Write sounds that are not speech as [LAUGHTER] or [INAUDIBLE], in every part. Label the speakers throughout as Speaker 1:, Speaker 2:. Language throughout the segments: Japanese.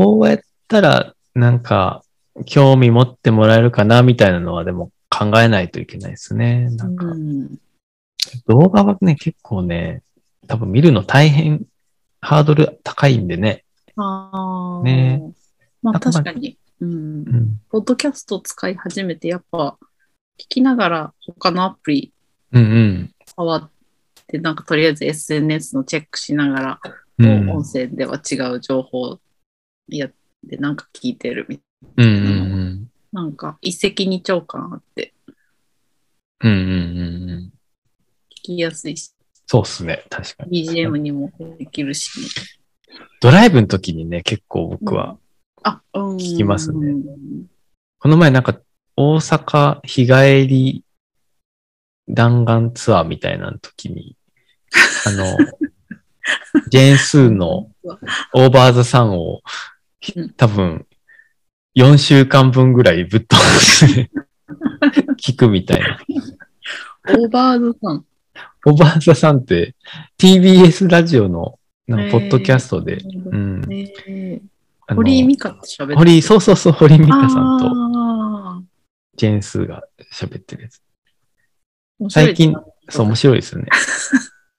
Speaker 1: したら、なんか、興味持ってもらえるかな、みたいなのはでも考えないといけないですね。なんか、
Speaker 2: うん
Speaker 1: 動画はね、結構ね、多分見るの大変、ハードル高いんでね。
Speaker 2: ああ。
Speaker 1: ね
Speaker 2: ま
Speaker 1: な
Speaker 2: あ
Speaker 1: んかまあ
Speaker 2: 確かに。うん
Speaker 1: う。ん。
Speaker 2: ポッドキャスト使い始めて、やっぱ、聞きながら他のアプリ
Speaker 1: うん
Speaker 2: 触って、なんかとりあえず SNS のチェックしなが
Speaker 1: うん。う
Speaker 2: ら、
Speaker 1: ん
Speaker 2: 音声では違う情報やって、なんか聞いてるみたい
Speaker 1: うんうん
Speaker 2: な。なんか一石二鳥感あって、
Speaker 1: うん。うんうんうんうん。
Speaker 2: 聞きやすいし、
Speaker 1: そうっすね。確かに。
Speaker 2: BGM にもできるし、
Speaker 1: ドライブの時にね、結構僕は、
Speaker 2: あ、うん。
Speaker 1: 聞きますねこの前なんか大阪日帰り弾丸ツアーみたいな時に、あ
Speaker 2: [LAUGHS]
Speaker 1: の、ジェーンスーのオーバーザサンをひ
Speaker 2: うん
Speaker 1: 多分4週間分ぐらいぶっ通して聞くみたいな。
Speaker 2: オーバードさん。
Speaker 1: オーバーザサンって TBS ラジオのなん
Speaker 2: へ
Speaker 1: か
Speaker 2: ー
Speaker 1: ポッドキャストで、うん。
Speaker 2: ねえ
Speaker 1: あの
Speaker 2: 堀井美香と喋って
Speaker 1: 堀井、そうそうそう、堀井美香さんと
Speaker 2: あ
Speaker 1: ジェーンスーが喋ってるやつ。
Speaker 2: ー
Speaker 1: 最近、そう、面
Speaker 2: 面白い
Speaker 1: 白いですよね。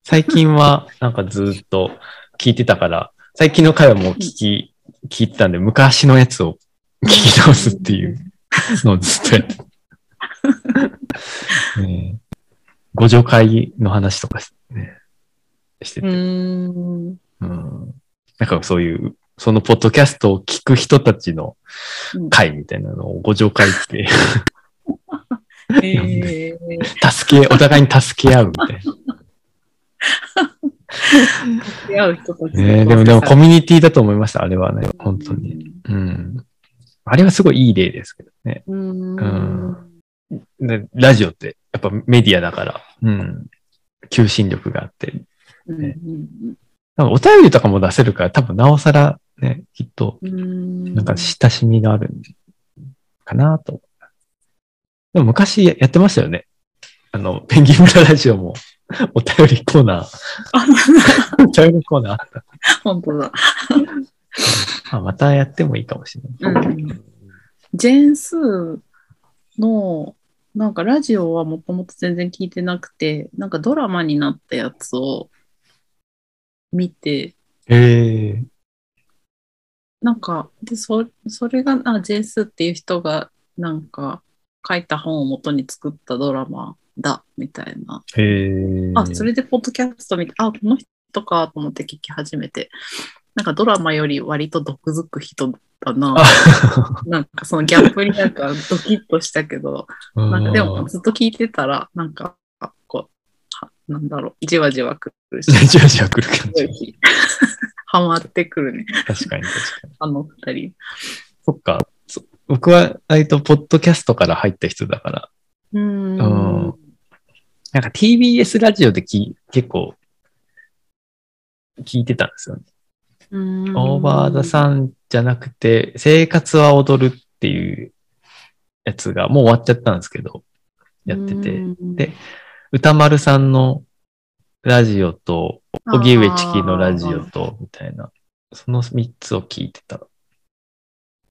Speaker 1: 最近は、なんかずっと聞いてたから、最近の回はもう聞き、聞いてたんで、昔のやつを聞き直すっていうのをずっとやって [LAUGHS] た。ねえご助会の話とかし,、ね、して
Speaker 2: う
Speaker 1: て、
Speaker 2: ーん。
Speaker 1: うんなんかそういう、そのポッドキャストを聞く人たちの会みたいなのをご助会って、 [LAUGHS]
Speaker 2: ええ
Speaker 1: 助け、お互いに助け合うみたいな。
Speaker 2: 出会う人たち
Speaker 1: ねえ、でもでもコミュニティだと思いました、あれはね、本当に。。うん。あれはすごいいい例ですけどね。
Speaker 2: う。
Speaker 1: うんでラジオってやっぱメディアだから、うん。求心力があって。
Speaker 2: うん。
Speaker 1: なんかお便りとかも出せるから、多分なおさらね、きっと、
Speaker 2: うん。
Speaker 1: なんか親しみがあるんかなと。でも昔やってましたよね。あの、ペンギン村ラジオも、お便りコーナー、
Speaker 2: あ、
Speaker 1: お便りコーナーあった。
Speaker 2: 本当だ。
Speaker 1: まあ、またやってもいいかもしれない。
Speaker 2: うんジェーンスーの、なんかラジオはもともと全然聞いてなくて、なんかドラマになったやつを見て、
Speaker 1: へえ。
Speaker 2: なんか、で、そ、それが、あ、ジェイスっていう人が、なんか、書いた本を元に作ったドラマだ、みたいな。
Speaker 1: へえ。
Speaker 2: あ、それでポッドキャスト見て、あ、この人か、と思って聞き始めて、なんかドラマより割と毒づく人だな。
Speaker 1: あ
Speaker 2: [LAUGHS] なんかそのギャップになんかドキッとしたけど、なんかでも、ずっと聞いてたら、なんか、あこう、はなんだろう、じわじわくるし、
Speaker 1: [LAUGHS] じわじわ来る感じ。
Speaker 2: [LAUGHS] ハマってくるね、
Speaker 1: 確かに確かに。
Speaker 2: あの二人。
Speaker 1: そっか。そ僕は、割と、ポッドキャストから入った人だから、う
Speaker 2: うー
Speaker 1: ん
Speaker 2: ん。
Speaker 1: なんか TBS ラジオでき結構、聞いてたんですよね。オ
Speaker 2: オ
Speaker 1: ーバーザさんじゃなくて、生活は踊るっていうやつが、もう終わっちゃったんですけど、やってて、、で歌丸さんのラジオと、荻上チキのラジオ
Speaker 2: あー。
Speaker 1: と、みたいな、その3つを聞いてた。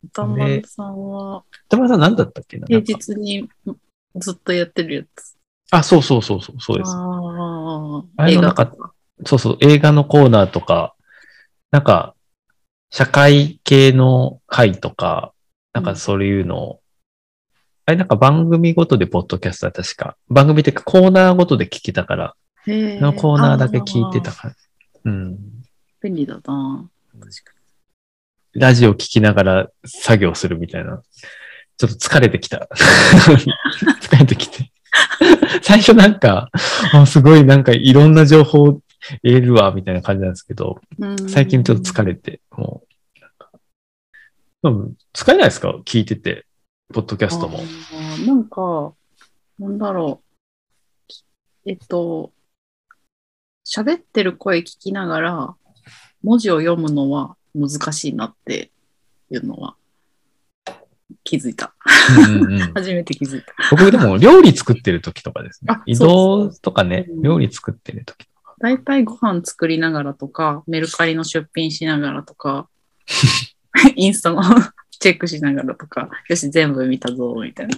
Speaker 2: 歌丸さんは
Speaker 1: 歌丸さん何だったっけなな
Speaker 2: 平
Speaker 1: んか
Speaker 2: 日にずっとやってるやつ。
Speaker 1: あ、そうそうそうそう、そうです。
Speaker 2: あ
Speaker 1: あ
Speaker 2: あ。
Speaker 1: れ
Speaker 2: 映
Speaker 1: の
Speaker 2: 画
Speaker 1: 中そうそう、映画のコーナーとか、なんか、社会系の回とか、なんかそういうのを、あれなんか番組ごとでポッドキャストは確か、番組っていうかコーナーごとで聞けたから、
Speaker 2: へ
Speaker 1: のコーナーだけ聞いてた
Speaker 2: あ
Speaker 1: から、うん。
Speaker 2: ー便利だな。
Speaker 1: ラジオ聞きながら作業するみたいな。ちょっと疲れてきた。 [LAUGHS] 疲れてきて。最初なんか、あすごいなんかいろんな情報入れるわ、みたいな感じなんですけど、
Speaker 2: うん
Speaker 1: 最近ちょっと疲れて、もうなんか。でも疲れないですか聞いてて、ポッドキャストも。
Speaker 2: あーなんか、なんだろう。えっと、喋ってる声聞きながら、文字を読むのは難しいなっていうのは気づいた。
Speaker 1: うんうんうん
Speaker 2: 初めて気づいた。
Speaker 1: [LAUGHS] 僕でも料理作ってる時とかですね
Speaker 2: あ。
Speaker 1: 移
Speaker 2: そう
Speaker 1: 動とかね
Speaker 2: う、ん
Speaker 1: 料理作ってる時とか。
Speaker 2: [LAUGHS] 大体ご飯作りながらとか、メルカリの出品しながらとか、インスタの [LAUGHS] チェックしながらとか、よし、全部見たぞ、みたいな。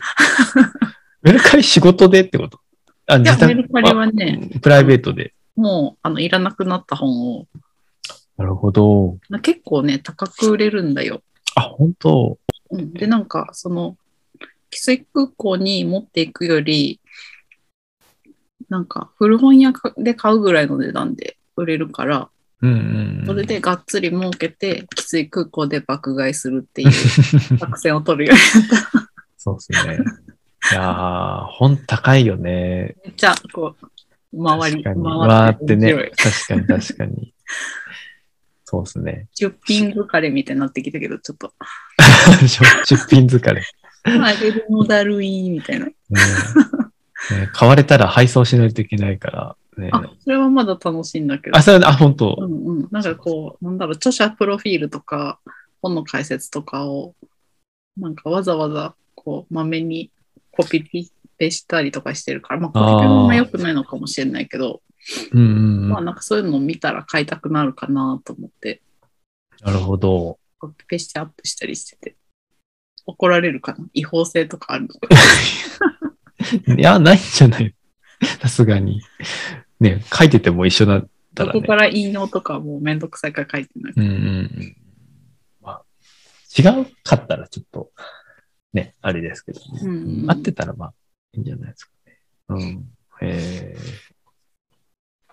Speaker 1: メルカリ仕事でってことあ、
Speaker 2: いや、
Speaker 1: 自宅
Speaker 2: メルカリはね、
Speaker 1: あプライベートで。
Speaker 2: もう、あの、いらなくなった本を、
Speaker 1: なるほど。
Speaker 2: な結構ね、高く売れるんだよ。
Speaker 1: あ、本当
Speaker 2: うん、で、なんか、その、規制空港に持っていくより、なんか、古本屋で買うぐらいの値段で売れるから、
Speaker 1: うんうんうん。
Speaker 2: それでがっつり儲けて、きつい空港で爆買いするっ
Speaker 1: [LAUGHS]
Speaker 2: ていう作戦を取るよ。
Speaker 1: そうですね。いやー、本高いよね。
Speaker 2: めっちゃ、こう、回
Speaker 1: 確か
Speaker 2: り、回
Speaker 1: にわー
Speaker 2: っ
Speaker 1: ってて
Speaker 2: 面
Speaker 1: ね
Speaker 2: 白い。。
Speaker 1: 確かに確か [LAUGHS] に。そうですね。 [LAUGHS]
Speaker 2: 出品疲れみたいになってきたけど、ちょっと、
Speaker 1: 出品疲れ。
Speaker 2: あれでもだるい、みたいな。 [LAUGHS]
Speaker 1: ねね買われたら配送しないといけないから、ね。
Speaker 2: あ、それはまだ楽しいんだけど
Speaker 1: あ、。それ、あ、本当、
Speaker 2: うんうん。なんかこう、なんだろう、著者プロフィールとか、本の解説とかを、なんかわざわざ、こう、まめにコピペしたりとかしてるから、まあ、コピペもあんま良くないのかもしれないけど、
Speaker 1: うんうんうん。
Speaker 2: まあなんかそういうのを見たら買いたくなるかなと思って、
Speaker 1: なるほど。
Speaker 2: コピペしてアップしたりしてて。怒られるかな違法性とかあるのか
Speaker 1: いや、ないんじゃない [LAUGHS] さすがに。ね、書いてても一緒だったら
Speaker 2: どこ
Speaker 1: ね。
Speaker 2: から引用とかはもうめんどくさいから書いてない。
Speaker 1: うんうんうん。まあ、違うかったらちょっと、ね、あれですけど、ね。
Speaker 2: うん
Speaker 1: 合ってたらまあ、いいんじゃないですかね。うん。えー、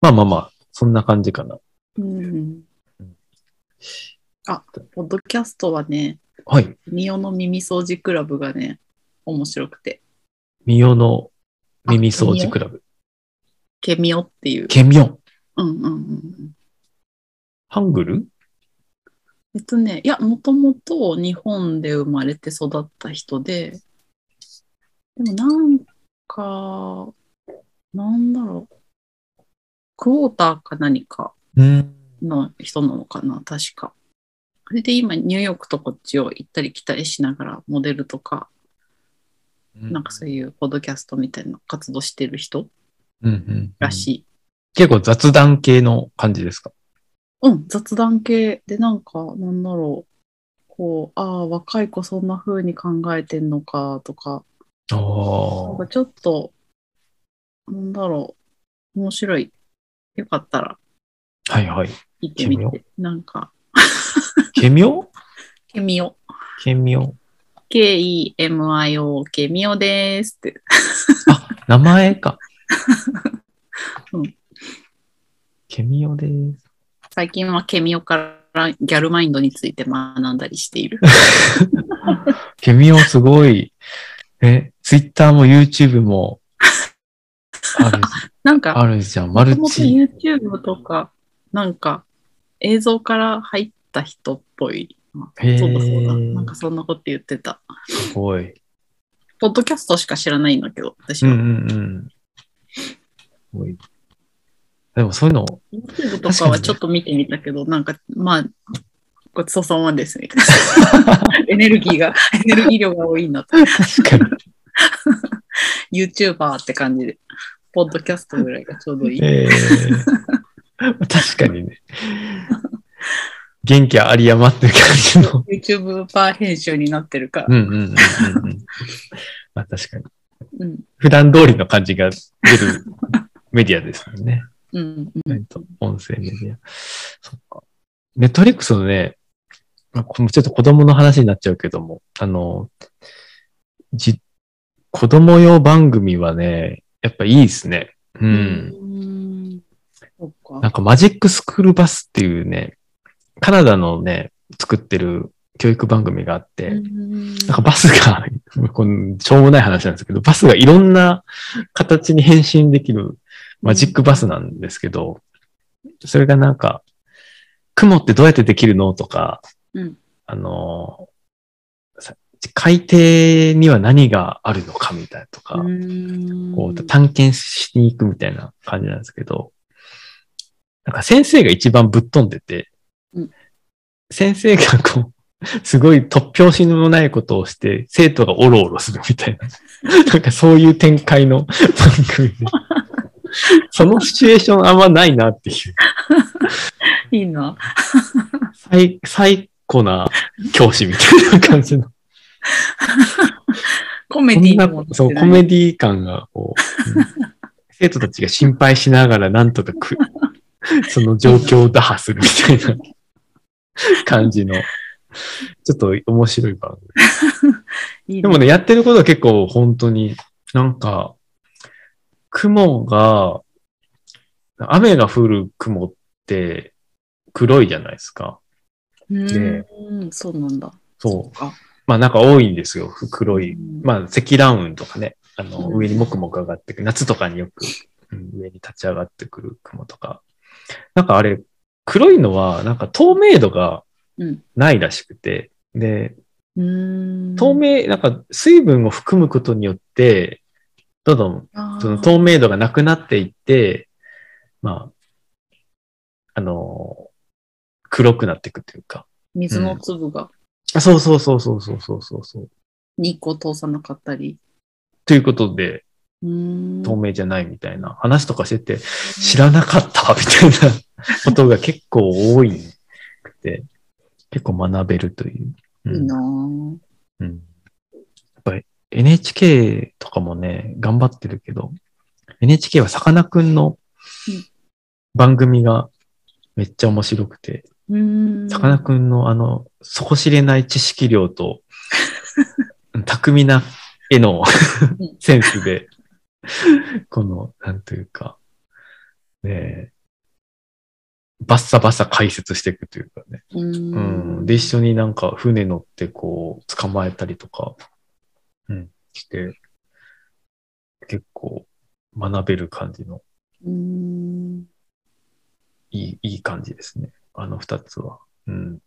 Speaker 1: まあまあまあ、そんな感じかな。
Speaker 2: うん。あ、ポッドキャストはね、
Speaker 1: はい。
Speaker 2: ミオの耳掃除クラブがね、面白くて、
Speaker 1: ミオの耳掃除クラブ。
Speaker 2: ケミオっていう。
Speaker 1: ケミオン。
Speaker 2: うんうんうん。
Speaker 1: ハングル
Speaker 2: えっとね、いや、もともと日本で生まれて育った人で、でもなんか、なんだろう、クォーターか何か
Speaker 1: うん。
Speaker 2: の人なのかな、確か。それで今、ニューヨークとこっちを行ったり来たりしながら、モデルとか、なんかそういうポッドキャストみたいな活動してる人
Speaker 1: うんうん。
Speaker 2: らし
Speaker 1: い。
Speaker 2: い。
Speaker 1: 結構雑談系の感じですか
Speaker 2: うん、雑談系でなんか、なんだろう。こう、ああ、若い子そんな風に考えてんのかとか、
Speaker 1: あ
Speaker 2: なん
Speaker 1: あ
Speaker 2: か。ちょっと、なんだろう。面白い。よかったら
Speaker 1: はいはい。
Speaker 2: 行ってみ。
Speaker 1: 行って
Speaker 2: なんか、
Speaker 1: ケミオ
Speaker 2: ケミオ。
Speaker 1: ケミオ。
Speaker 2: K-E-M-I-O、ケミオですって。。
Speaker 1: あ、名前か
Speaker 2: [LAUGHS] うん
Speaker 1: ケミオです。
Speaker 2: 最近はケミオからギャルマインドについて学んだりして
Speaker 1: [LAUGHS]
Speaker 2: いる。
Speaker 1: ケミオすごい。え、ツイッターも YouTube もあ
Speaker 2: [LAUGHS]
Speaker 1: る、
Speaker 2: なんか、
Speaker 1: あるじゃん。マル
Speaker 2: もと
Speaker 1: チ。
Speaker 2: もと YouTube とか、なんか映像から入った人っぽい。
Speaker 1: へー
Speaker 2: そうだそうだ。なんかそんなこと言ってた。
Speaker 1: すごい。
Speaker 2: ポッドキャストしか知らないんだけど、私
Speaker 1: うん
Speaker 2: は。
Speaker 1: うんうん。すごい。でもそういうの、
Speaker 2: YouTube とかはちょっと見てみたけど、なんか、まあ、ごちそうさまです
Speaker 1: [LAUGHS]
Speaker 2: みたいな。エネルギーが、エネルギー量が多いんだと。
Speaker 1: 確かに。
Speaker 2: YouTuber って感じで、ポッドキャストぐらいがちょうどいい。
Speaker 1: えー [LAUGHS] 確かにね。元気あり余ってる感じの。
Speaker 2: YouTuber 編集になってるから
Speaker 1: う。んうんうんうんうん。 [LAUGHS] まあ確かに。
Speaker 2: うん。
Speaker 1: 普段通りの感じが出るメディアですもんね。
Speaker 2: うん。う
Speaker 1: えっ
Speaker 2: ん
Speaker 1: と音声メディア。そっか。ネットフリックスのね、まあこのちょっと子供の話になっちゃうけども、あの、じ、子供用番組はね、やっぱいいですね。う。
Speaker 2: うんん。そっ
Speaker 1: なん
Speaker 2: か。
Speaker 1: かマジックスクールバスっていうね、カナダのね、作ってる教育番組があって、
Speaker 2: うん
Speaker 1: なんかバスが [LAUGHS] この、しょうもない話なんですけど、バスがいろんな形に変身できるマジックバスなんですけど、それがなんか、雲ってどうやってできるのとか、
Speaker 2: うん
Speaker 1: あの、さ海底には何があるのかみたいなとか、こう探検しに行くみたいな感じなんですけど、なんか先生が一番ぶっ飛んでて、
Speaker 2: うん
Speaker 1: 先生がこう、すごい突拍子のないことをして、生徒がおろおろするみたいな、なんかそういう展開の番組で、そのシチュエーションあんまないなっていう、
Speaker 2: いいな。
Speaker 1: 最、最構な教師みたいな感じの。
Speaker 2: コメ
Speaker 1: こ
Speaker 2: デ
Speaker 1: ん
Speaker 2: ィー
Speaker 1: な
Speaker 2: にもなって
Speaker 1: そう、
Speaker 2: ない
Speaker 1: コメディ感が、こう、うん
Speaker 2: [LAUGHS]
Speaker 1: 生徒たちが心配しながら、なんとかく、 [LAUGHS] その状況を打破するみたいな感じの、ちょっと面白い番組。
Speaker 2: いい
Speaker 1: でもね、やってることは結構本当に、なんか、雲が、雨が降る雲って黒いじゃないですか。
Speaker 2: ね、うーん、そうなんだ。
Speaker 1: そう。
Speaker 2: うか。
Speaker 1: まあなんか多いんですよ、黒い
Speaker 2: うん
Speaker 1: まあ、積乱雲とかね、あの、
Speaker 2: うん
Speaker 1: 上にもくもく上がってくる、夏とかによく、うん上に立ち上がってくる雲とか。なんかあれ、黒いのは、なんか透明度が
Speaker 2: うん
Speaker 1: ないらしくて、で、
Speaker 2: うーん。
Speaker 1: 透明、なんか水分を含むことによって、どんどん
Speaker 2: あー、
Speaker 1: その透明度がなくなっていって、まあ、あの、黒くなっていくというか。
Speaker 2: 水の粒が
Speaker 1: あそうそうそうそうそうそうそうそう。
Speaker 2: 日光通さなかったり。
Speaker 1: ということで、
Speaker 2: うーん。
Speaker 1: 透明じゃないみたいな話とかしてて、知らなかったみたいなことが結構多いくて、結構学べるという。うん
Speaker 2: いいなぁ
Speaker 1: うん、やっぱり NHK とかもね、頑張ってるけど、NHK はさかなクンの
Speaker 2: うん
Speaker 1: 番組がめっちゃ面白くて、
Speaker 2: うーん。
Speaker 1: さかなクンのあの、底知れない知識量
Speaker 2: [LAUGHS]
Speaker 1: と、巧みな絵の
Speaker 2: うん
Speaker 1: センスで、この、なんというか、ねえ、バッサバッサ解説していくというかね。
Speaker 2: うー。
Speaker 1: うんん。で、一緒になんか船乗ってこう、捕まえたりとか、うん、して、結構学べる感じの、
Speaker 2: うーん。
Speaker 1: いい、いい感じですね。あの二つは。うん。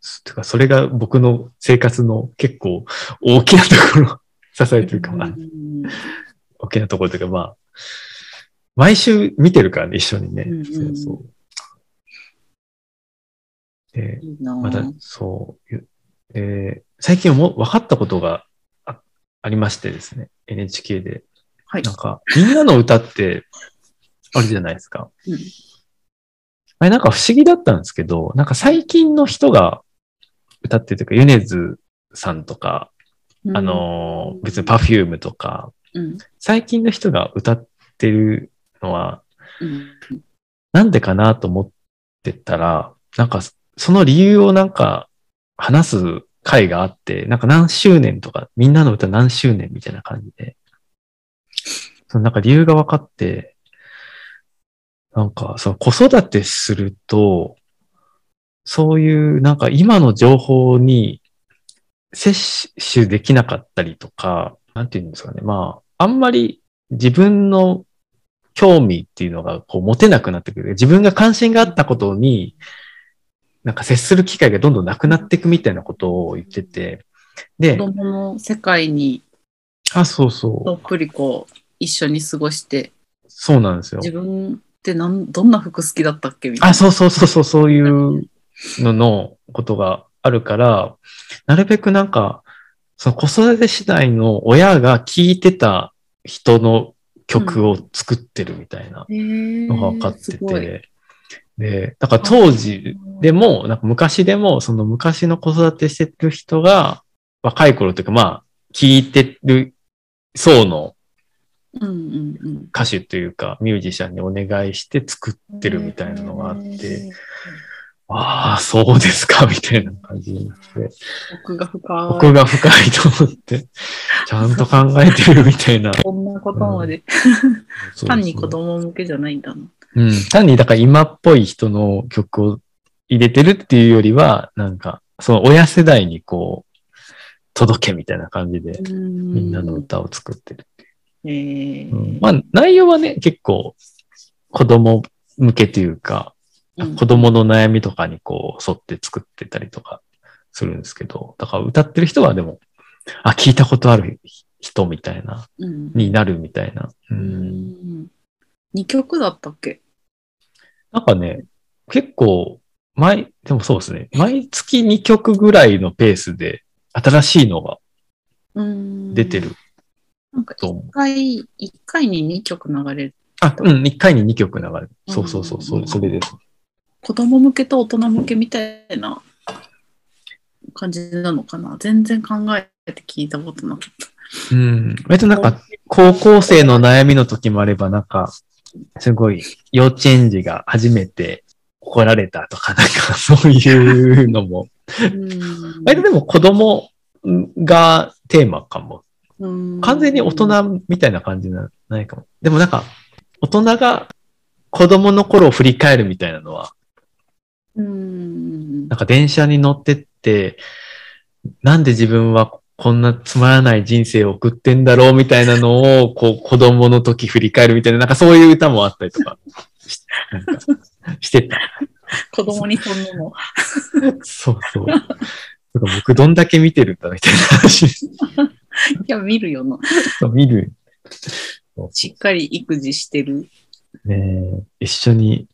Speaker 1: すてか、それが僕の生活の結構大きなところ、支えてるかも、
Speaker 2: う
Speaker 1: な。
Speaker 2: ん
Speaker 1: 大きなところというか、まあ、毎週見てるからね、一緒にね。
Speaker 2: うんうん
Speaker 1: そうそう。で、
Speaker 2: いいなぁ
Speaker 1: また、そういう、えー最近も分かったことがあありましてですね、NHK で。
Speaker 2: はい
Speaker 1: なんか、みんなの歌って、あるじゃないですか。
Speaker 2: うん
Speaker 1: あれなんか不思議だったんですけど、なんか最近の人が歌ってるというか、米津さんとか、あ、のー、別に Perfume とか、
Speaker 2: うん。
Speaker 1: 最近の人が歌ってるのは、
Speaker 2: うん。
Speaker 1: なんでかなと思ってたら、なんか、その理由をなんか、話す回があって、なんか何周年とか、みんなの歌何周年みたいな感じで、そのなんか理由が分かって、なんか、その子育てすると、そういうなんか今の情報に摂取できなかったりとか、なんていうんですかね。まあ、あんまり自分の興味っていうのがこう持てなくなってくる。自分が関心があったことに、なんか接する機会がどんどんなくなっていくみたいなことを言ってて。で
Speaker 2: 子、供の世界に
Speaker 1: あ、そうそ
Speaker 2: ど
Speaker 1: う。
Speaker 2: っぷりこう、一緒に過ごして、
Speaker 1: そうなんですよ。
Speaker 2: 自分ってなんどんな服好きだったっけみたい
Speaker 1: あ、
Speaker 2: な。
Speaker 1: そうそうそうそう、そういうののことがあるから、なるべくなんか、その子育て次第の親が聴いてた人の曲を作ってるみたいな
Speaker 2: へー
Speaker 1: のが分かって
Speaker 2: す
Speaker 1: て、
Speaker 2: ごい
Speaker 1: で、だから当時でも、なんか昔でも、その昔の子育てしてる人が、若い頃というか、まあ、聴いてる層の
Speaker 2: うんうんうん。
Speaker 1: 歌手というか、ミュージシャンにお願いして作ってるみたいなのがあって、
Speaker 2: へー。
Speaker 1: ああ、そうですか、みたいな感じになって、
Speaker 2: 僕が深い。
Speaker 1: ここが深いと思って、ちゃんと考えてるみたいな。
Speaker 2: こんなことまで。 [LAUGHS] 単に子供向けじゃないんだな。
Speaker 1: うん、単にだから今っぽい人の曲を入れてるっていうよりは、なんか、その親世代にこう、届けみたいな感じで、み
Speaker 2: み
Speaker 1: んなの。歌を作ってる。
Speaker 2: えー
Speaker 1: うんまあ、内容はね、結構、子供向けというか、
Speaker 2: うん
Speaker 1: 子供の悩みとかにこう沿って作ってたりとかするんですけど、だから歌ってる人はでも、あ、聞いたことある人みたいな、
Speaker 2: うん
Speaker 1: になるみたいな。う。
Speaker 2: うんん二曲だったっけ
Speaker 1: なんかね、結構、毎、でもそうですね、毎月2曲ぐらいのペースで新しいのが出
Speaker 2: 出
Speaker 1: て。る
Speaker 2: なんか
Speaker 1: と思う。
Speaker 2: 一回、一回に二曲流れる。
Speaker 1: あ、うん、1回に2曲流れる。そうそうそう、そうそれです。
Speaker 2: 子供向けと大人向けみたいな感じなのかな。全然考えて聞いたことなかった。
Speaker 1: うん。割となんか、高校生の悩みの時もあれば、なんか、すごい、幼稚園児が初めて怒られたとか、なんか、そういうのも。
Speaker 2: うん
Speaker 1: 割とでも子供がテーマかも。
Speaker 2: うん
Speaker 1: 完全に大人みたいな感じな、ないかも。でもなんか、大人が子供の頃を振り返るみたいなのは、
Speaker 2: うん
Speaker 1: なんか電車に乗ってって、なんで自分はこんなつまらない人生を送ってんだろうみたいなのを、
Speaker 2: [LAUGHS]
Speaker 1: こう子供の時振り返るみたいな、なんかそういう歌もあったりとか [LAUGHS] し、なんかしてた。
Speaker 2: 子供にそんなの。
Speaker 1: そうそう。なんか僕どんだけ見てるんだみたいな話
Speaker 2: いや、見るよな。
Speaker 1: を見る。
Speaker 2: しっかり育児してる。
Speaker 1: ねえ一緒に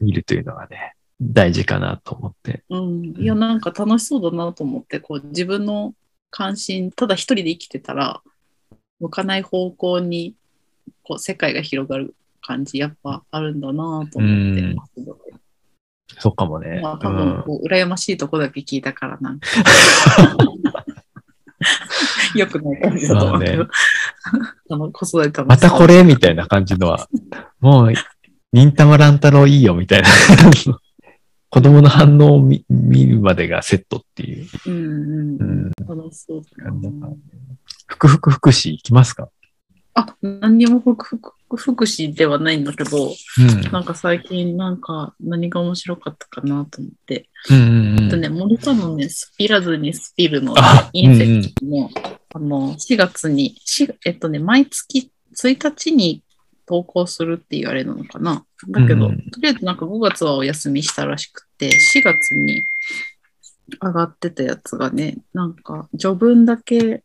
Speaker 1: 見るというのがね、大事かなと思って。
Speaker 2: うん。いや、なんか楽しそうだなと思って、こう、自分の関心、ただ一人で生きてたら、向かない方向に、こう、世界が広がる感じ、やっぱあるんだなと思って
Speaker 1: うんそうかもね。
Speaker 2: まあ、
Speaker 1: う
Speaker 2: 多分
Speaker 1: ん、
Speaker 2: こう、羨ましいとこだけ聞いたから、な
Speaker 1: [LAUGHS]
Speaker 2: んか。よくない感じだと思うけど。あの、子育て楽しそう
Speaker 1: またこれみたいな感じのは、もう、忍たま乱太郎いいよみたいな。 [LAUGHS] 子供の反応を見見るまでがセットっていう。
Speaker 2: うんう。
Speaker 1: うんん。
Speaker 2: 楽しそうだ
Speaker 1: なんだ
Speaker 2: な
Speaker 1: か。福福福祉いきますか
Speaker 2: あ、何にも福福福祉ではないんだけど、
Speaker 1: うん。
Speaker 2: なんか最近なんか何が面白かったかなと思って。
Speaker 1: うんうん
Speaker 2: あと
Speaker 1: うん。
Speaker 2: ね、森田のね、スピラズにスピルの
Speaker 1: あ
Speaker 2: インセクトも、あの、4月に、しえっとね、毎月1日に投稿するって言われるのかな。だけど、
Speaker 1: うんうん
Speaker 2: とりあえずなんか5月はお休みしたらしくて、4月に上がってたやつがね、なんか序文だけ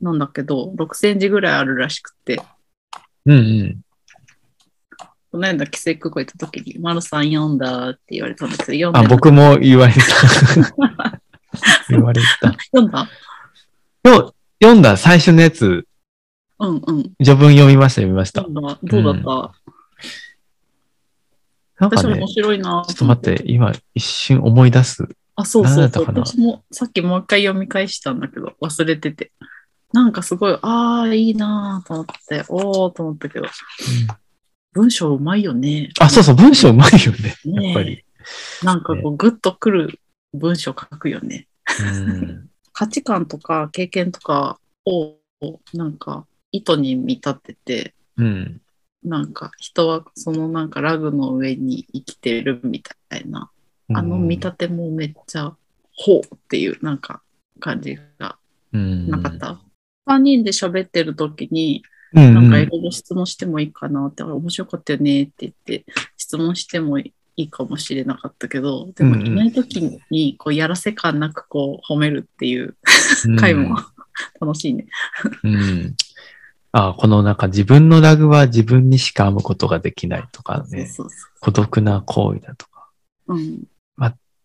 Speaker 2: なんだけど、6センチぐらいあるらしくて、
Speaker 1: うんうん。
Speaker 2: この間、規制空港行った時に、マルさん読んだって言われたんだけど、読んだ
Speaker 1: あ、僕も言われた。
Speaker 2: [LAUGHS]
Speaker 1: 言われた。
Speaker 2: 読んだ
Speaker 1: よ読んだ最初のやつ、
Speaker 2: うんうん。
Speaker 1: 序文読みました、読みました。
Speaker 2: 読んだどうだった、
Speaker 1: なんか
Speaker 2: 私も
Speaker 1: ね
Speaker 2: 面、白いな
Speaker 1: ちょっと待って、今一瞬思い出す。
Speaker 2: あ、そうそ
Speaker 1: 何
Speaker 2: う
Speaker 1: だ
Speaker 2: そ
Speaker 1: っ
Speaker 2: う。
Speaker 1: たかな
Speaker 2: 私もさっきもう一回読み返したんだけど、忘れてて。なんかすごい、ああ、いいなーと思って、おおと思ったけど、文章うまいよね。
Speaker 1: あ、そうそう、文章うまいよね。やっぱり。
Speaker 2: なんかこう、グッとくる文章書くよね。
Speaker 1: うん
Speaker 2: 価値観とか経験とかを、なんか、糸に見立てて、
Speaker 1: うん。
Speaker 2: なんか人はそのなんかラグの上に生きてるみたいな、あの見立てもめっちゃ、ほうっていうなんか感じが
Speaker 1: うん
Speaker 2: なかった。3人で喋ってる時に、
Speaker 1: うん
Speaker 2: なんか
Speaker 1: う
Speaker 2: い
Speaker 1: ん
Speaker 2: ろいろ質問してもいいかなって、あれ面白かったよねって言って、質問してもいいかもしれなかったけど、でも
Speaker 1: うんうん
Speaker 2: いない時にこうやらせ感なくこう褒めるっていう回も楽しいね。
Speaker 1: うん。あ、このなんか自分のラグは自分にしか編むことができないとかね、
Speaker 2: そうそうそ
Speaker 1: 孤独な行為だとか。
Speaker 2: う。うん。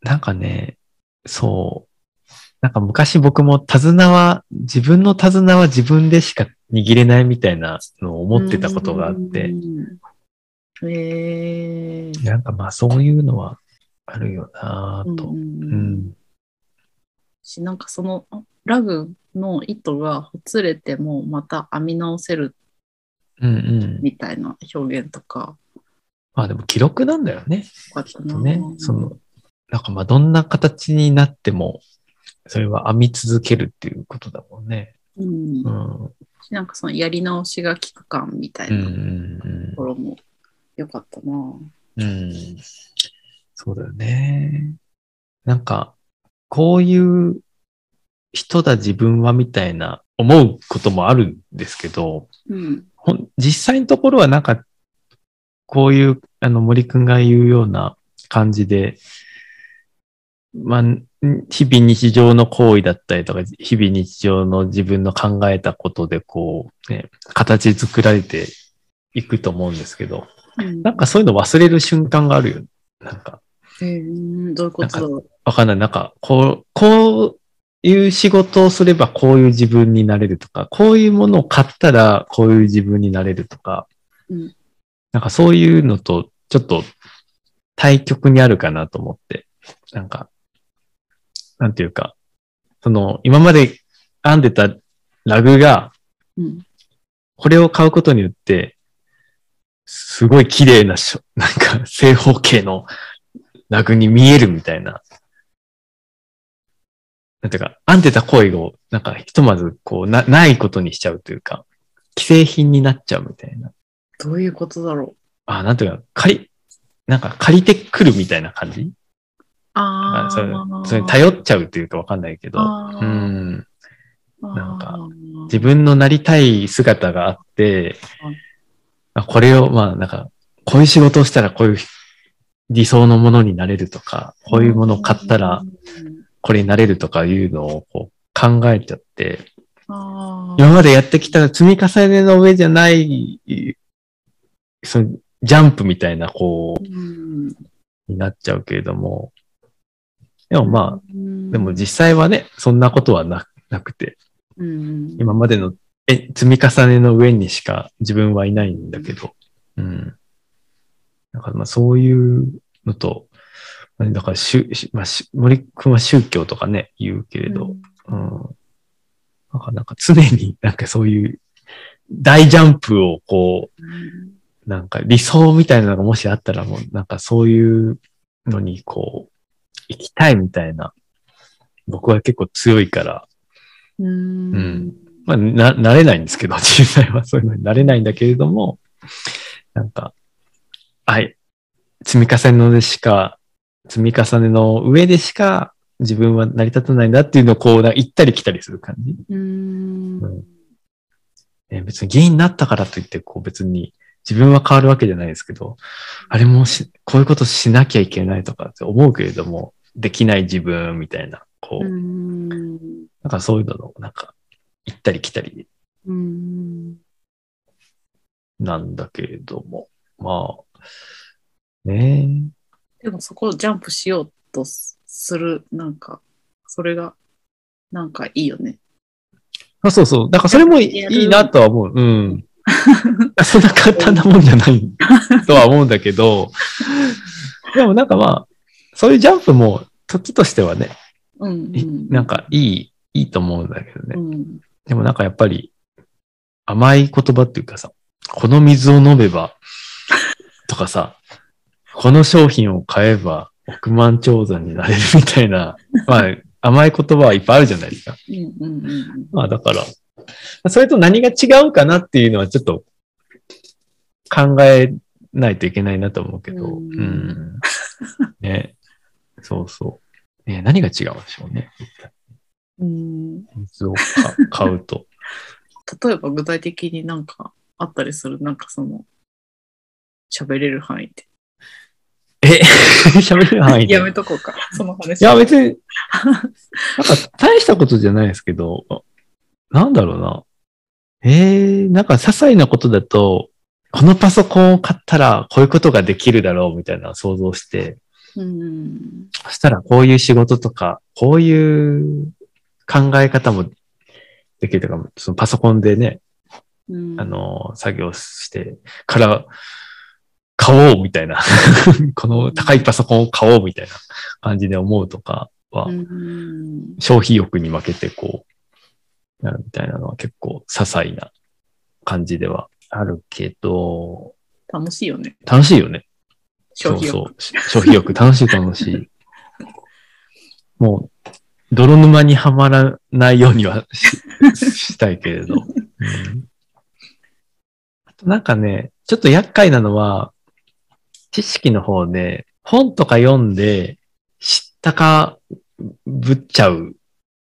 Speaker 1: なんかね、そう。なんか昔僕も手綱は、自分の手綱は自分でしか握れないみたいなのを思ってたことがあって、
Speaker 2: うん。えー。
Speaker 1: なんかまあそういうのはあるよなぁ
Speaker 2: う
Speaker 1: と。
Speaker 2: んう
Speaker 1: うん
Speaker 2: うん
Speaker 1: ん。
Speaker 2: しなんかそのあラグの糸がほつれてもまた編み直せる
Speaker 1: うんうん。
Speaker 2: みたいな表現とか
Speaker 1: まあでも記録なんだよね。
Speaker 2: よかった
Speaker 1: きっと
Speaker 2: な。
Speaker 1: ね。その、なんかまあどんな形になっても、それは編み続けるっていうことだもんね。
Speaker 2: うん
Speaker 1: う、ん。
Speaker 2: なんかそのやり直しが効く感みたい
Speaker 1: うん
Speaker 2: なところもよかったな。
Speaker 1: うんうん。うん。そうだよね。なんか、こういう人だ自分はみたいな思うこともあるんですけど、
Speaker 2: うん。
Speaker 1: ほん実際のところはなんか、こういう、あの、森くんが言うような感じで、まあ、ん日々日常の行為だったりとか、日々日常の自分の考えたことで、こう、ね、形作られていくと思うんですけど、
Speaker 2: うん
Speaker 1: なんかそういうの忘れる瞬間があるよね。なんか、
Speaker 2: えーどういうことだろ
Speaker 1: わかんない。なんか、こう、こういう仕事をすればこういう自分になれるとか、こういうものを買ったらこういう自分になれるとか、
Speaker 2: うん
Speaker 1: なんかそういうのとちょっと対極にあるかなと思って、なんか、なんていうか、その、今まで編んでたラグが、
Speaker 2: うん。
Speaker 1: これを買うことによって、すごい綺麗なしょ、なんか正方形のラグに見えるみたいな。なんていうか、編んでた行為を、なんかひとまずこうな、ないことにしちゃうというか、既製品になっちゃうみたいな。
Speaker 2: どういうことだろう。
Speaker 1: あ、なんていうか、借り、なんか借りてくるみたいな感じ
Speaker 2: あ
Speaker 1: あそ
Speaker 2: あ。
Speaker 1: それに頼っちゃうというかわかんないけど。
Speaker 2: あー
Speaker 1: うん。なんか
Speaker 2: あー
Speaker 1: 自分のなりたい姿があって
Speaker 2: うん、
Speaker 1: あこれを、まあなんか、こういう仕事をしたらこういう理想のものになれるとか、こういうものを買ったら
Speaker 2: うん
Speaker 1: これになれるとかいうのをこう考えちゃって、
Speaker 2: あー
Speaker 1: 今までやってきた積み重ねの上じゃない、そのジャンプみたいなこ
Speaker 2: うん
Speaker 1: うになっちゃうけれども、でもま
Speaker 2: うん
Speaker 1: あ、でも実際はね、そんなことはななくて、
Speaker 2: うん
Speaker 1: 今までのえ積み重ねの上にしか自分はいないんだけど、うん。だからまあそういうのと、まあだからしゅ、しまあ、し森くんは宗教とかね、言うけれど、うん。なんかなんか常になんかそういう大ジャンプをこ
Speaker 2: うん
Speaker 1: う、なんか理想みたいなのがもしあったらもうなんかそういうのにこう、行きたいみたいな、僕は結構強いから、
Speaker 2: うん
Speaker 1: うんまあ、な、慣れないんですけど、 [LAUGHS] 実際はそういうのに慣れないんだけれども、なんか、はい、積み重ねのでしか、積み重ねの上でしか自分は成り立たないんだっていうのをこう、なんか行ったり来たりする感じ。
Speaker 2: うん
Speaker 1: うんえ別に芸になったからといって、こう別に自分は変わるわけじゃないですけど、あれもし、こういうことしなきゃいけないとかって思うけれども、できない自分みたいな、こう、
Speaker 2: うん
Speaker 1: なんかそういうのの、なんか、行ったり来たり
Speaker 2: うん
Speaker 1: なんだけれども。まあ、ね
Speaker 2: でもそこをジャンプしようとする、なんか、それが、なんかいいよね。
Speaker 1: あそうそう。だからそれもい
Speaker 2: や
Speaker 1: いいなとは思う。
Speaker 2: [LAUGHS]
Speaker 1: うん。そんな簡単なもんじゃないとは思うんだけど、でもなんかまあ、そういうジャンプも時としてはね、
Speaker 2: うん、う
Speaker 1: い
Speaker 2: ん。
Speaker 1: なん、かいい、いいと思うんだけど
Speaker 2: う
Speaker 1: ね。
Speaker 2: ん。
Speaker 1: でもなんかやっぱり甘い言葉っていうかさ、この水を飲め
Speaker 2: [LAUGHS]
Speaker 1: ばとかさ、この商品を買えば億万長者になれるみたい
Speaker 2: [LAUGHS]
Speaker 1: な、まあ甘い言葉はいっぱいあるじゃないですか。
Speaker 2: うん、うん、うん。
Speaker 1: まあだから、それと何が違うかなっていうのはちょっと考えないといけないなと思うけど、う
Speaker 2: うん
Speaker 1: ん。ね。そうそう。ね何が違うんでしょうね。
Speaker 2: うん
Speaker 1: 水をか買う
Speaker 2: [LAUGHS]
Speaker 1: と。
Speaker 2: 例えば具体的になんかあったりする、なんかその、喋れる範囲で。
Speaker 1: え、喋る範囲で。
Speaker 2: やめとこうか、その話。
Speaker 1: いや、別に、なんか大したことじゃないですけど、なんだろうな。えー、なんか些細なことだと、このパソコンを買ったらこういうことができるだろうみたいなのを想像して、
Speaker 2: うん。
Speaker 1: そしたらこういう仕事とか、こういう考え方もできるとか、そのパソコンでね、
Speaker 2: うん
Speaker 1: あ、の、作業してから買おうみたいな、 [LAUGHS] この高いパソコンを買おうみたいな感じで思うとかは、
Speaker 2: うん。
Speaker 1: 消費欲に負けてこう、なるみたいなのは結構些細な感じではあるけど、
Speaker 2: 楽しいよね、
Speaker 1: 楽しいよね。
Speaker 2: 消費
Speaker 1: そ
Speaker 2: を。
Speaker 1: うそう。消費欲、楽しい楽しい。もう、泥沼にはまらないようにはししたいけれど。うんあとなんかね、ちょっと厄介なのは、知識の方で、本とか読んで、知ったかぶっちゃう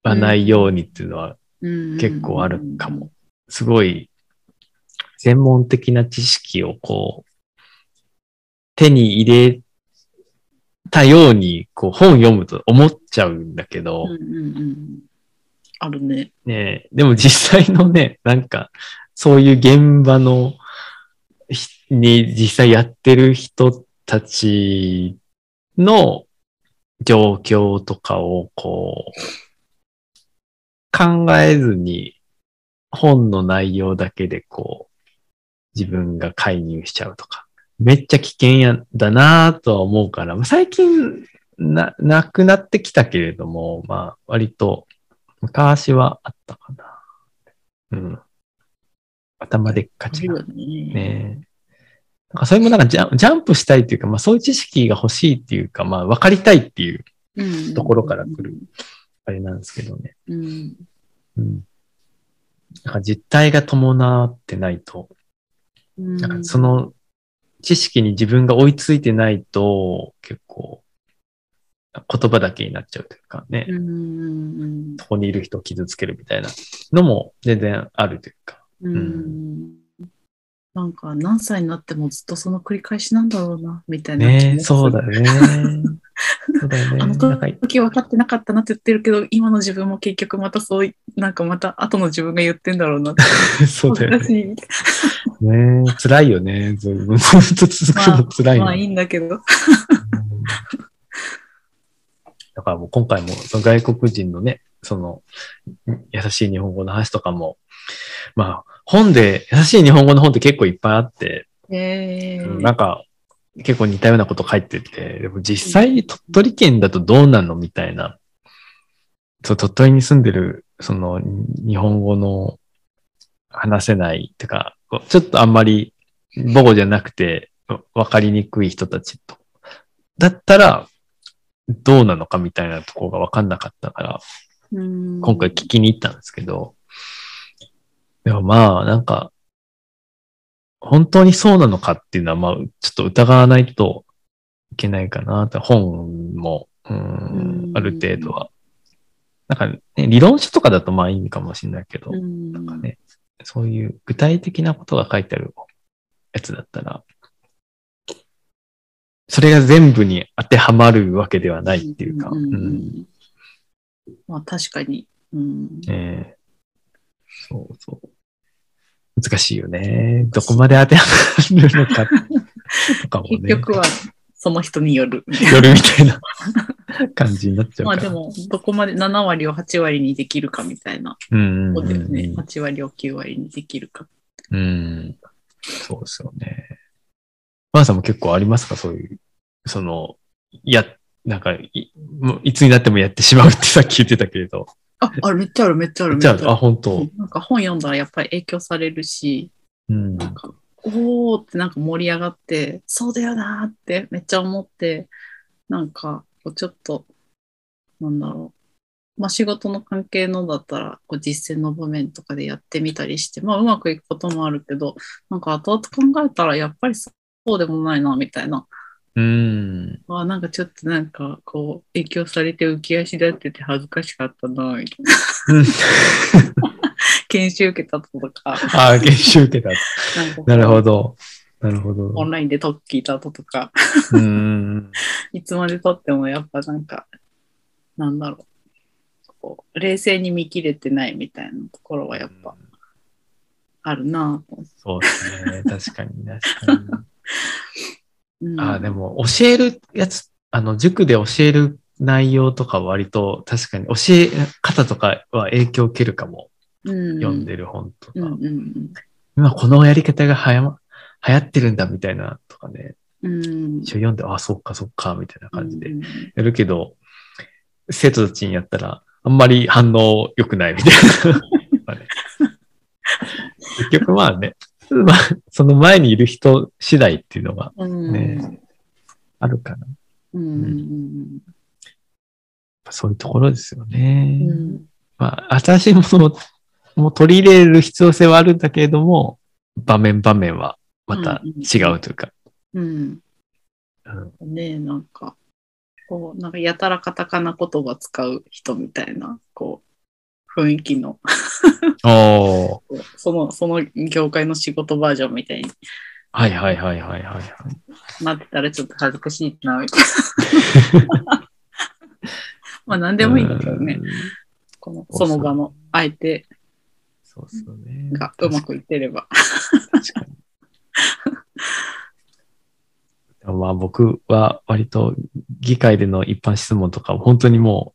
Speaker 1: はないようにっていうのは結
Speaker 2: 結
Speaker 1: 構あるかも。すごい、専門的な知識をこう、手に入れたように、こう、本読むと思っちゃうんだけど
Speaker 2: う、んうんうん。あるね。
Speaker 1: ねえでも実際のね、なんか、そういう現場の、ひに実際やってる人たちの状況とかをこう、考えずに本の内容だけでこう、自分が介入しちゃうとか、めっちゃ危険やだなぁとは思うから、まあ最近な、なくなってきたけれども、まあ、割と昔はあったかな。うん。頭でっかち
Speaker 2: い
Speaker 1: が
Speaker 2: よね。
Speaker 1: ねえ。なんかそれもなんかジャンジャンプしたいというか、まあそういう知識が欲しいっていうか、まあ分かりたいっていう
Speaker 2: うん
Speaker 1: ところから来る。あれなんですけどね。
Speaker 2: うん。
Speaker 1: うん。なんか実態が伴ってないと、
Speaker 2: うん
Speaker 1: なんかその知識に自分が追いついてないと、結構言葉だけになっちゃうというかね、
Speaker 2: うんうん
Speaker 1: そこにいる人を傷つけるみたいなのも全然あるというか。
Speaker 2: うんうんなんか何歳になってもずっとその繰り返しなんだろうな、みたいな気もする。
Speaker 1: ねえ、そうだよ
Speaker 2: [LAUGHS]
Speaker 1: ね。そうだよね。
Speaker 2: あの
Speaker 1: なんか
Speaker 2: 時分かってなかったなって言ってるけど、今の自分も結局またそうい、なんかまた後の自分が言ってんだろうなって。
Speaker 1: そうだよね
Speaker 2: 難。しい。
Speaker 1: ねえ、辛いよね。ずっと続くの辛い
Speaker 2: ま
Speaker 1: の
Speaker 2: あいいんだけど。
Speaker 1: うんだからもう今回もその外国人のね、その優しい日本語の話とかも、まあ本で、優しい日本語の本って結構いっぱいあって、
Speaker 2: えー、
Speaker 1: なんか結構似たようなこと書いてて、でも実際に鳥取県だとどうなのみたいな。そう、鳥取に住んでる、その日本語の話せないってか、こうちょっとあんまり母語じゃなくてわわかりにくい人たちと。だったら、どうなのかみたいなところがわかんなかったから、
Speaker 2: うん
Speaker 1: 今回聞きに行ったんですけど、でもまあ、なんか、本当にそうなのかっていうのは、まあ、ちょっと疑わないといけないかなと、本も、うん
Speaker 2: う、ん
Speaker 1: ある程度は。なんか、ね、理論書とかだとまあいいかもしれないけど、
Speaker 2: うん
Speaker 1: なんかね、そういう具体的なことが書いてあるやつだったら、それが全部に当てはまるわけではないっていうか、
Speaker 2: んん
Speaker 1: うん
Speaker 2: うんまあ確かに。うん
Speaker 1: ええそうそう。難しいよね。どこまで当てはまるのかとかもね。
Speaker 2: [LAUGHS] 結局はその人による。
Speaker 1: 夜みたいな感じになっちゃう
Speaker 2: [LAUGHS] ま
Speaker 1: か
Speaker 2: あ
Speaker 1: ら。
Speaker 2: でも、どこまで7割を8割にできるかみたいな
Speaker 1: うんうん
Speaker 2: こ
Speaker 1: う
Speaker 2: と
Speaker 1: ん
Speaker 2: だ
Speaker 1: う
Speaker 2: よね。
Speaker 1: ん、
Speaker 2: 8割を9割にできるか。
Speaker 1: うん。そうですよね。マーさんも結構ありますかそういう、その、や、なんかい、もういつになってもやってしまうってさっき言ってたけれど。
Speaker 2: あ、あめっちゃある、めっちゃある、めっち
Speaker 1: じ
Speaker 2: ゃ
Speaker 1: ゃ
Speaker 2: ある
Speaker 1: あ、あ、。本当。
Speaker 2: なんか本読んだらやっぱり影響されるし、
Speaker 1: うん。
Speaker 2: なんか、おーってなんか盛り上がって、そうだよなーってめっちゃ思って、なんか、こうちょっと、なんだろう。まあ仕事の関係のだったら、こう実践の場面とかでやってみたりして、まあうまくいくこともあるけど、なんか後々考えたらやっぱりそうでもないな、みたいな。
Speaker 1: うん。 [LAUGHS]
Speaker 2: あーなんかちょっとなんか、こう、影響されて浮き足立ってて恥ずかしかったな、みたいな。
Speaker 1: うん
Speaker 2: 研修受けたとか、
Speaker 1: ああ、研修受けた。
Speaker 2: なんか
Speaker 1: [LAUGHS] なるほど。なるほど。
Speaker 2: オンラインでトッキーたととか、
Speaker 1: うん。
Speaker 2: いつまで経ってもやっぱなんか、なんだろう。こう冷静に見切れてないみたいなところは [LAUGHS] やっぱあるなぁと、
Speaker 1: そうですね。確かに、確
Speaker 2: [LAUGHS]
Speaker 1: かに。
Speaker 2: うん、
Speaker 1: ああ、でも、教えるやつ、あの、塾で教える内容とかは割と、確かに、教え方とかは影響を受けるかも。
Speaker 2: うん、
Speaker 1: 読んでる本とか。
Speaker 2: うんうん
Speaker 1: 今、このやり方がはやま、流行ってるんだ、みたいな、とかね。
Speaker 2: うんうん
Speaker 1: 一緒に読んで、ああ、そっか、そっか、みたいな感じで
Speaker 2: うん
Speaker 1: やるけど、生徒たちにやったら、あんまり反応良くないみたい
Speaker 2: [LAUGHS]
Speaker 1: なまあね。結局まあね、まあ、その前にいる人次第っていうのが
Speaker 2: うん
Speaker 1: ねあるから、やっ
Speaker 2: うんうん
Speaker 1: ぱそういうところですよね。
Speaker 2: うんうん
Speaker 1: まあ、新しいものをもう取り入れる必要性はあるんだけれども、場面場面はまた違うというか。
Speaker 2: うんねえなんかこうなんかやたらカタカナ言葉使う人みたいなこう雰囲気の
Speaker 1: おお
Speaker 2: こうそのその業界の仕事バージョンみたいに
Speaker 1: はいはいはいはいはいはい。
Speaker 2: なってたらちょっと恥ずかしいな、みたいな。
Speaker 1: [LAUGHS]
Speaker 2: まあ何でもいいんだけどね
Speaker 1: う。ん。
Speaker 2: このその場の相手
Speaker 1: そうですよね。
Speaker 2: がうまくいってれば。
Speaker 1: 確かに。でもまあ僕は割と議会での一般質問とか本当にも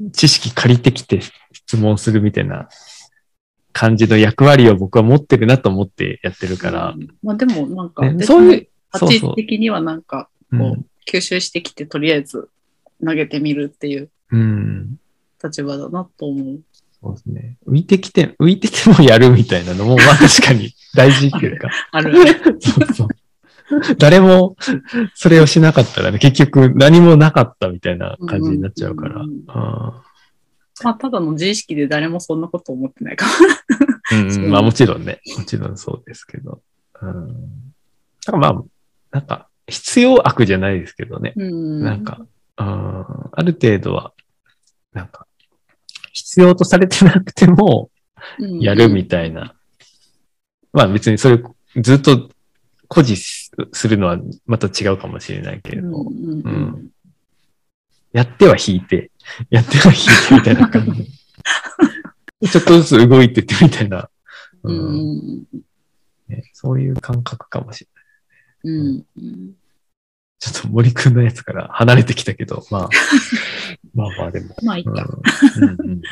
Speaker 1: う知識借りてきて質問するみたいな感じの役割を僕は持ってるなと思ってやってるから、
Speaker 2: まあでもなんか、
Speaker 1: ねそういう
Speaker 2: 立
Speaker 1: そう
Speaker 2: ち位
Speaker 1: そう
Speaker 2: 置的にはなんか、
Speaker 1: う
Speaker 2: こ
Speaker 1: ん。
Speaker 2: う、吸収してきて、とりあえず投げてみるっていう
Speaker 1: うん。
Speaker 2: 立場だなと思う。
Speaker 1: そうですね。浮いてきて、浮いてきてもやるみたいなのも、まあ確かに大事っていう
Speaker 2: [LAUGHS]
Speaker 1: か。
Speaker 2: あるあ
Speaker 1: [LAUGHS]
Speaker 2: る。
Speaker 1: そうそう。誰もそれをしなかったらね、結局何もなかったみたいな感じになっちゃうから。
Speaker 2: うんうんうん
Speaker 1: あ
Speaker 2: まあ、ただの自意識で誰もそんなこと思ってないか
Speaker 1: ーうん
Speaker 2: そう
Speaker 1: うん、まあもちろんね、もちろんそうですけど。うん。だからまあ、なんか、必要悪じゃないですけどね。
Speaker 2: も。うん。
Speaker 1: なんか、うん、ある程度は、なんか、必要とされてなくても、
Speaker 2: うん、
Speaker 1: やるみたいな。まあ別にそれずっと誇示すするのはまた違うかもしれないけれど、
Speaker 2: うんうんう
Speaker 1: うんんやっては引いて、やっては引いてみたいな感じ。
Speaker 2: [LAUGHS]
Speaker 1: ちょっとずつ動いてってみたいな、う
Speaker 2: う
Speaker 1: ん
Speaker 2: ん
Speaker 1: ねそういう感覚かもしれない。
Speaker 2: うんうん
Speaker 1: ちょっと森くんのやつから離れてきたけど、
Speaker 2: [LAUGHS]
Speaker 1: まあ、まあまあでも。
Speaker 2: まあいい
Speaker 1: うん
Speaker 2: か。
Speaker 1: うんうん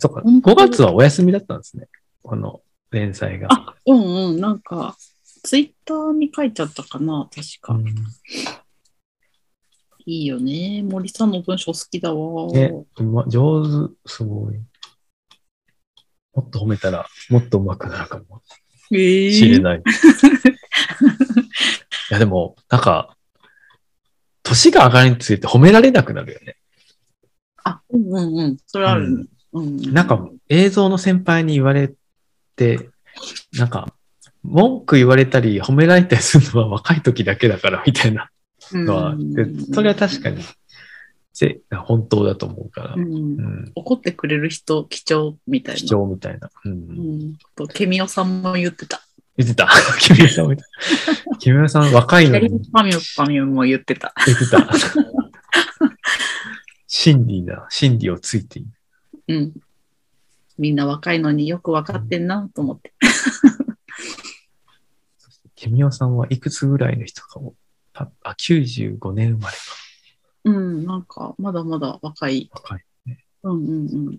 Speaker 1: そっか、
Speaker 2: 本当
Speaker 1: 5月はお休みだったんですね。この連載が。
Speaker 2: あ、うんうん、なんか、ツイッターに書いちゃったかな、確か。
Speaker 1: うん
Speaker 2: いいよね。森さんの文章好きだわ。
Speaker 1: ね、うま、上手、すごい。もっと褒めたら、もっと上手くなるかも
Speaker 2: え
Speaker 1: しれ
Speaker 2: ー、
Speaker 1: ない。いや、でも、なんか、年が上がるについて褒められなくなるよね。
Speaker 2: あ、うんうんうん、それあるね。うんうん、
Speaker 1: なんか、映像の先輩に言われて、なんか、文句言われたり褒められたりするのは若い時だけだからみたいな
Speaker 2: うん、
Speaker 1: のは、でそれは確か
Speaker 2: に、
Speaker 1: に、せ本当だと思うから、
Speaker 2: う。
Speaker 1: うんん、
Speaker 2: 怒ってくれる人、貴重みたいな。
Speaker 1: 貴重みたいな。う
Speaker 2: うんん。と、ケミオさんも言ってた。
Speaker 1: 言ってた。木村さんも言ってた。木村さん若い
Speaker 2: キ
Speaker 1: の
Speaker 2: ャ
Speaker 1: に
Speaker 2: リパミュパミュも言ってた。
Speaker 1: 言ってた。真理だ。真理をついている。
Speaker 2: うん。みんな若いのによく分かってんなと思って。
Speaker 1: ケミオさんはいくつぐらいの人かも。たあ、95年生まれか。
Speaker 2: うん、なんか、まだまだ若い。
Speaker 1: 若い。
Speaker 2: うんうんうん。